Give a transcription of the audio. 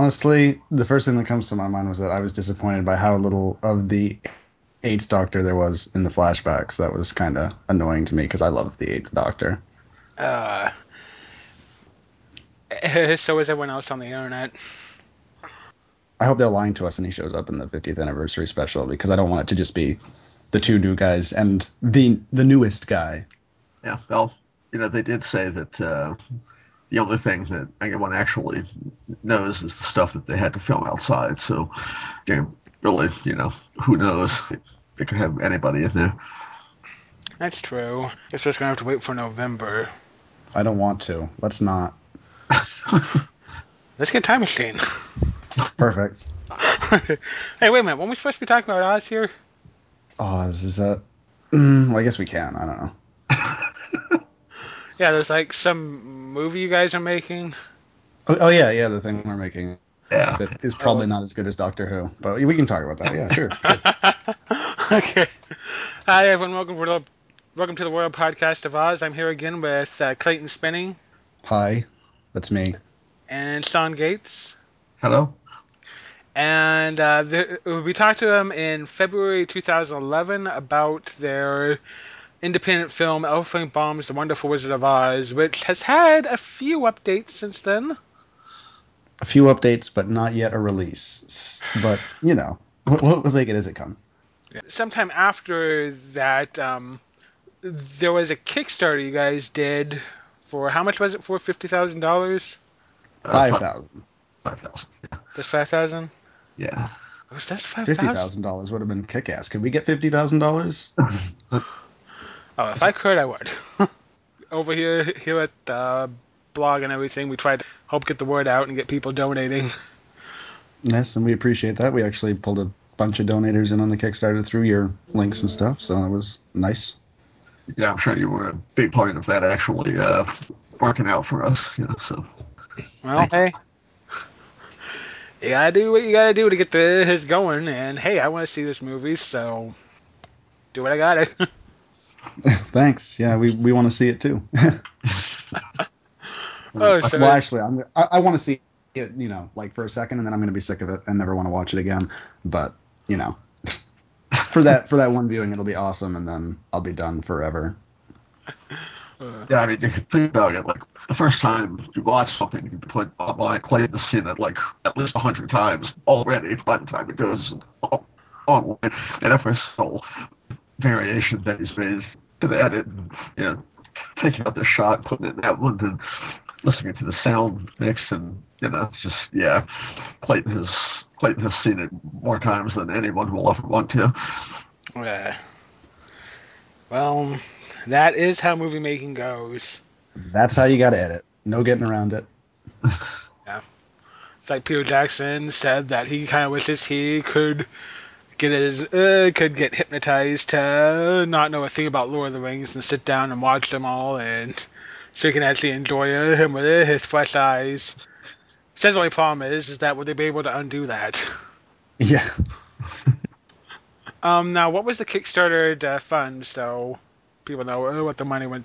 honestly, the first thing that comes to my mind was that I was disappointed by how little of the Eighth Doctor there was in the flashbacks. That was kind of annoying to me because I love the Eighth Doctor. Uh, so is everyone else on the internet. I hope they're lying to us and he shows up in the 50th anniversary special because I don't want it to just be the two new guys and the the newest guy. Yeah, well, you know, they did say that uh, the only thing that anyone actually knows is the stuff that they had to film outside. So, you know, really, you know, who knows? It could have anybody in there. That's true. It's just gonna have to wait for November. I don't want to. Let's not. Let's get a time machine. Perfect. hey, wait a minute. When we supposed to be talking about Oz here? Oz Oh, is that? Mm, well, I guess we can. I don't know. Yeah, there's like some movie you guys are making. Oh, oh yeah, yeah. The thing we're making Yeah. that is probably not as good as Doctor Who, but we can talk about that. Yeah, sure. okay. Hi everyone. Welcome to the welcome to the Royal Podcast of Oz. I'm here again with uh, Clayton Spinning Hi, that's me. and Sean Gates. Hello? and uh, the, we talked to them in February 2011 about their independent film Elephant Bombs: The Wonderful Wizard of Oz, which has had a few updates since then. A few updates, but not yet a release. S- But you know, we'll, we'll we'll take it as it comes. Sometime after that, um, there was a Kickstarter you guys did for how much was it for fifty thousand dollars? Uh, Five thousand. Five thousand. Yeah. Just five thousand? yeah. Was that five Fifty thousand? thousand dollars would have been kick ass. Could we get fifty thousand dollars? Oh, if I could, I would. Over here, here at the blog and everything, we try to help get the word out and get people donating. Yes, and we appreciate that. We actually pulled a bunch of donators in on the Kickstarter through your links and stuff, so that was nice. Yeah, I'm sure you were a big part of that actually uh, working out for us. You know, so Well, hey. You gotta do what you gotta do to get the, his going, and hey, I want to see this movie, so do what I gotta. Thanks. Yeah, we, we want to see it too. oh, so well, actually, I'm I, I want to see it, you know, like for a second, and then I'm going to be sick of it and never want to watch it again. But you know, for that for that one viewing, it'll be awesome, and then I'll be done forever. Uh. yeah, I mean, you can think about it. Like the first time you watch something, you can put online claim to seen it like at least a hundred times already by the time it goes on- online, and every single variation that he's made to the edit, and, you know, taking out the shot, putting it in that one, and listening to the sound mix, and you know, it's just yeah, Clayton has Clayton has seen it more times than anyone will ever want to. uh, well, that is how movie making goes. That's how you got to edit. No getting around it. It's like Peter Jackson said that he kind of wishes he could get his uh, could get hypnotized to not know a thing about Lord of the Rings and sit down and watch them all, and so he can actually enjoy uh, him with uh, his fresh eyes. Says the only problem is, is that would they be able to undo that? Yeah. Um, now what was the Kickstarter uh, fund so people know uh, what the money went